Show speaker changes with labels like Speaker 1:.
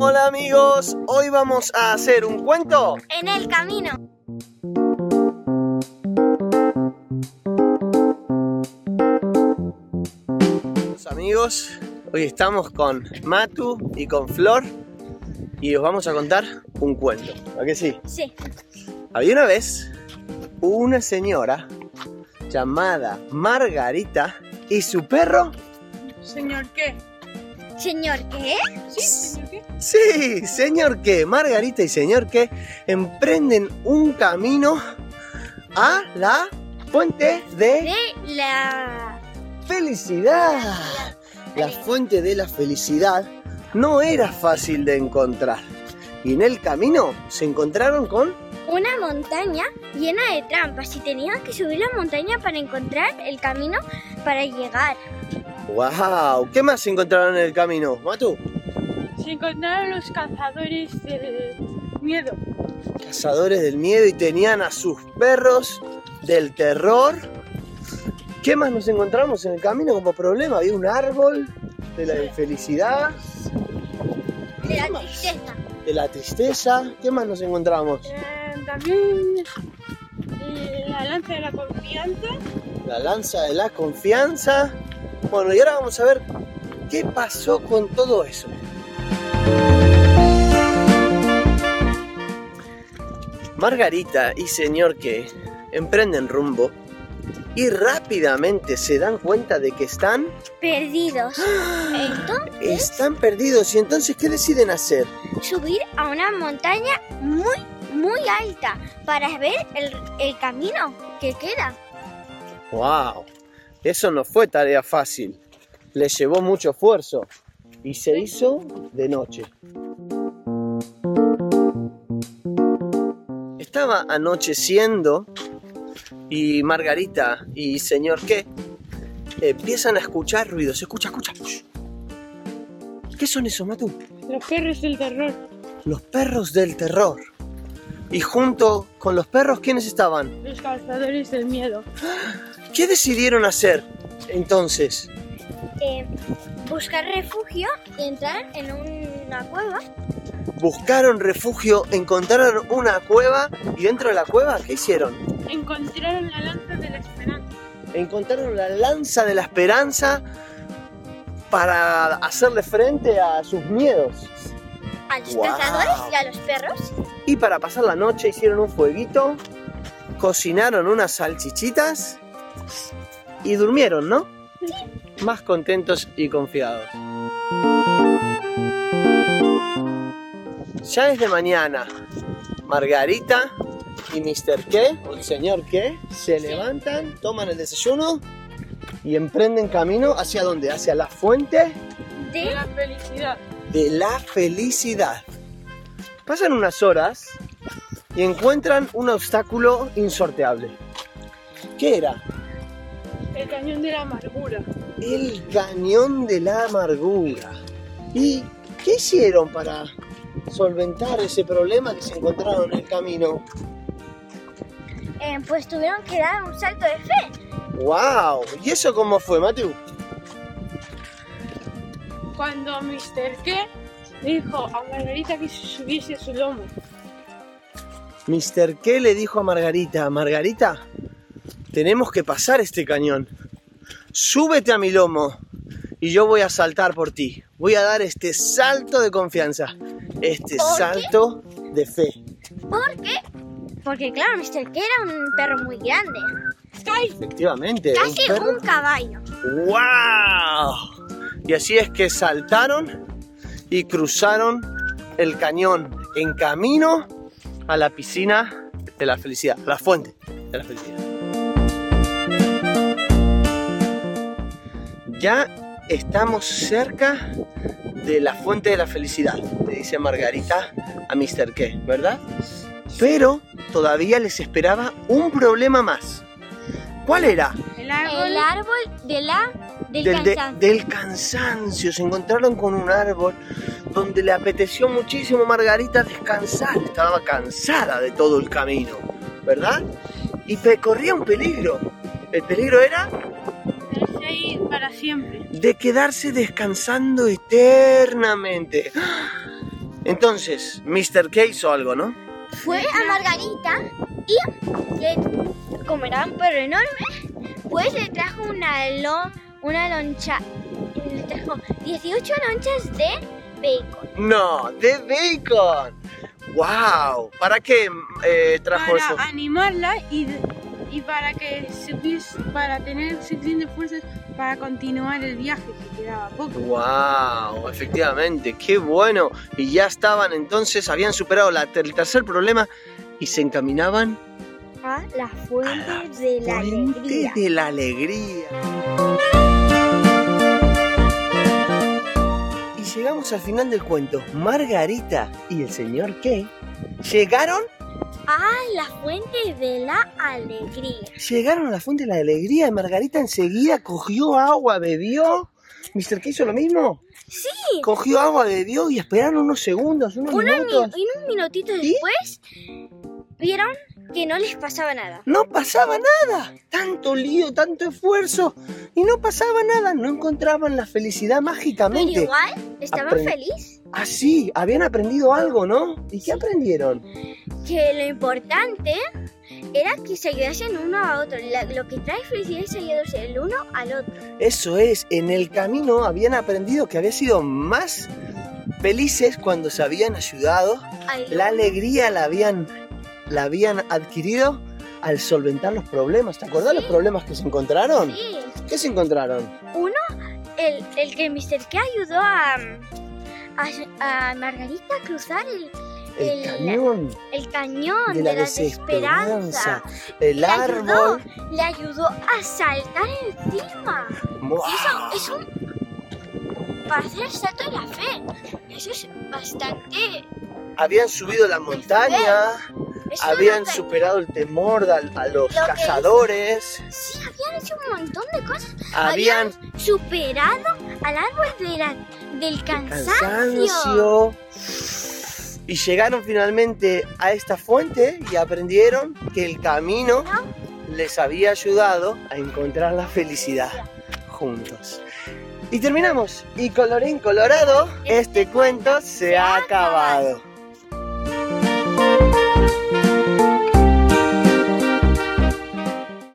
Speaker 1: Hola amigos, hoy vamos a hacer un cuento.
Speaker 2: En el camino.
Speaker 1: Los amigos, hoy estamos con Matu y con Flor y os vamos a contar un cuento. ¿A que sí?
Speaker 2: Sí.
Speaker 1: Había una vez una señora llamada Margarita y su perro.
Speaker 3: Señor, ¿qué?
Speaker 2: Señor, ¿qué?
Speaker 3: Sí, señor, ¿qué?
Speaker 1: Sí, señor que Margarita y señor que emprenden un camino a la fuente de
Speaker 2: De la...
Speaker 1: felicidad. La fuente de la felicidad no era fácil de encontrar. Y en el camino se encontraron con...
Speaker 2: Una montaña llena de trampas y tenían que subir la montaña para encontrar el camino para llegar.
Speaker 1: ¡Wow! ¿Qué más se encontraron en el camino, Matu?
Speaker 3: Se encontraron los cazadores del miedo.
Speaker 1: Cazadores del miedo y tenían a sus perros del terror. ¿Qué más nos encontramos en el camino como problema? Había un árbol de la infelicidad,
Speaker 2: De la tristeza.
Speaker 1: de la tristeza. ¿Qué más nos encontramos?
Speaker 3: Eh, también eh, la lanza de la confianza.
Speaker 1: la lanza de la confianza. Bueno, y ahora vamos a ver qué pasó con todo eso. Margarita y señor que emprenden rumbo y rápidamente se dan cuenta de que están
Speaker 2: Perdidos. Entonces,
Speaker 1: están perdidos y entonces qué deciden hacer?
Speaker 2: subir a una montaña muy, muy alta para ver el, el camino que queda.
Speaker 1: Wow, eso no fue tarea fácil. Le llevó mucho esfuerzo y se hizo de noche. Estaba anocheciendo y Margarita y señor qué empiezan a escuchar ruidos. Escucha, escucha. Shh. ¿Qué son esos, Matú?
Speaker 3: Los perros del terror.
Speaker 1: Los perros del terror. Y junto con los perros, ¿quiénes estaban?
Speaker 3: Los cazadores del miedo.
Speaker 1: ¿Qué decidieron hacer entonces?
Speaker 2: Eh, buscar refugio y entrar en una cueva.
Speaker 1: buscaron refugio, encontraron una cueva y dentro de la cueva, ¿qué hicieron?
Speaker 3: Encontraron la lanza de la esperanza.
Speaker 1: Encontraron la lanza de la esperanza para hacerle frente a sus miedos.
Speaker 2: A los
Speaker 1: Guau.
Speaker 2: cazadores y a los perros.
Speaker 1: Y para pasar la noche hicieron un fueguito, cocinaron unas salchichitas y durmieron, ¿no? Más contentos y confiados. Ya es de mañana. Margarita y Mr. K, o el señor K, se levantan, toman el desayuno y emprenden camino hacia dónde? Hacia la fuente
Speaker 3: De
Speaker 2: De
Speaker 3: la felicidad.
Speaker 1: de la felicidad. Pasan unas horas y encuentran un obstáculo insorteable. ¿Qué era?
Speaker 3: El cañón de la amargura.
Speaker 1: El cañón de la amargura. ¿Y qué hicieron para solventar ese problema que se encontraron en el camino?
Speaker 2: Eh, pues tuvieron que dar un salto de fe.
Speaker 1: ¡Wow! ¿Y eso cómo fue, Mateo?
Speaker 3: Cuando Mr. K dijo a Margarita que se subiese a su lomo.
Speaker 1: Mr. K le dijo a Margarita, Margarita, tenemos que pasar este cañón. Súbete a mi lomo y yo voy a saltar por ti. Voy a dar este salto de confianza, este
Speaker 2: ¿Por qué?
Speaker 1: salto de fe.
Speaker 2: ¿Por qué? Porque claro, Mr. K era un perro muy grande.
Speaker 1: Efectivamente, un
Speaker 2: Casi
Speaker 1: perro.
Speaker 2: un caballo.
Speaker 1: ¡Wow! Y así es que saltaron y cruzaron el cañón en camino a la piscina de la felicidad, la fuente de la felicidad. Ya estamos cerca de la fuente de la felicidad, le dice Margarita a Mr. K, ¿verdad? Pero todavía les esperaba un problema más. ¿Cuál era?
Speaker 3: El árbol.
Speaker 2: El árbol de la del,
Speaker 1: del, de-
Speaker 2: cansancio.
Speaker 1: del cansancio. Se encontraron con un árbol donde le apeteció muchísimo a Margarita descansar. Estaba cansada de todo el camino, ¿verdad? Y percorría un peligro. El peligro era
Speaker 3: Quedarse ahí para siempre.
Speaker 1: de quedarse descansando eternamente. Entonces, Mr. K hizo algo, ¿no?
Speaker 2: Fue a Margarita y le, como era un perro enorme, pues le trajo una, lo- una loncha, le trajo 18 lonchas de bacon.
Speaker 1: No, de bacon. ¡Wow! ¿Para qué eh, trajo
Speaker 3: para
Speaker 1: eso?
Speaker 3: animarla y, y para que supies- para tener suficientes fuerzas para continuar el viaje que quedaba poco.
Speaker 1: ¡Wow! Efectivamente, qué bueno. Y ya estaban entonces, habían superado la- el tercer problema y se encaminaban
Speaker 2: A la fuente
Speaker 1: A la
Speaker 2: de la
Speaker 1: Fuente
Speaker 2: alegría.
Speaker 1: de la alegría. Y llegamos al final del cuento. Margarita y el señor K llegaron,
Speaker 2: A la fuente de la alegría.
Speaker 1: llegaron a la fuente de la alegría y Margarita enseguida cogió agua, bebió. Mr. K hizo lo mismo.
Speaker 2: Sí.
Speaker 1: Cogió agua, bebió y esperaron unos segundos, unos
Speaker 2: Unos mi-
Speaker 1: minutos.
Speaker 2: y unos minutitos
Speaker 1: ¿Y?
Speaker 2: después vieron que no les pasaba nada.
Speaker 1: No pasaba nada. Tanto lío, tanto esfuerzo. Y no pasaba nada. No encontraban la felicidad
Speaker 2: Pero ah.
Speaker 1: mágicamente.
Speaker 2: igual estaban
Speaker 1: Aprend-
Speaker 2: felices.
Speaker 1: Ah, sí, habían aprendido algo, ¿no? ¿Y qué aprendieron?
Speaker 2: Que lo importante era que se ayudasen uno a otro. La- lo que trae felicidad es ayudarse el uno al otro.
Speaker 1: Eso es, en el camino habían aprendido que habían sido más felices cuando se habían ayudado.
Speaker 2: Ay,
Speaker 1: La alegría la habían, la habían adquirido al solventar los problemas. ¿Te acuerdas
Speaker 2: Sí.
Speaker 1: los problemas que se encontraron?
Speaker 2: sí.
Speaker 1: ¿Qué se encontraron?
Speaker 2: El, el que Mr. K ayudó a, a, a Margarita a cruzar el,
Speaker 1: El,
Speaker 2: El-
Speaker 1: cañón
Speaker 2: el cañón
Speaker 1: de la desesperanza, el
Speaker 2: Le ayudó,
Speaker 1: árbol.
Speaker 2: le ayudó a saltar encima.
Speaker 1: ¡Mua!
Speaker 2: Es un. Para hacer el salto de la fe. Eso es bastante.
Speaker 1: Habían subido la montaña,
Speaker 2: es una
Speaker 1: habían
Speaker 2: monta-
Speaker 1: superado el temor al- a, los
Speaker 2: Lo que-
Speaker 1: cazadores,
Speaker 2: Sí, habían hecho un montón de cosas.
Speaker 1: habían
Speaker 2: Superado al árbol de la, del cansancio.
Speaker 1: cansancio. Y llegaron finalmente a esta fuente y aprendieron que el camino les había ayudado a encontrar la felicidad juntos. este Y terminamos. Y colorín colorado, este cuento se ha acabado.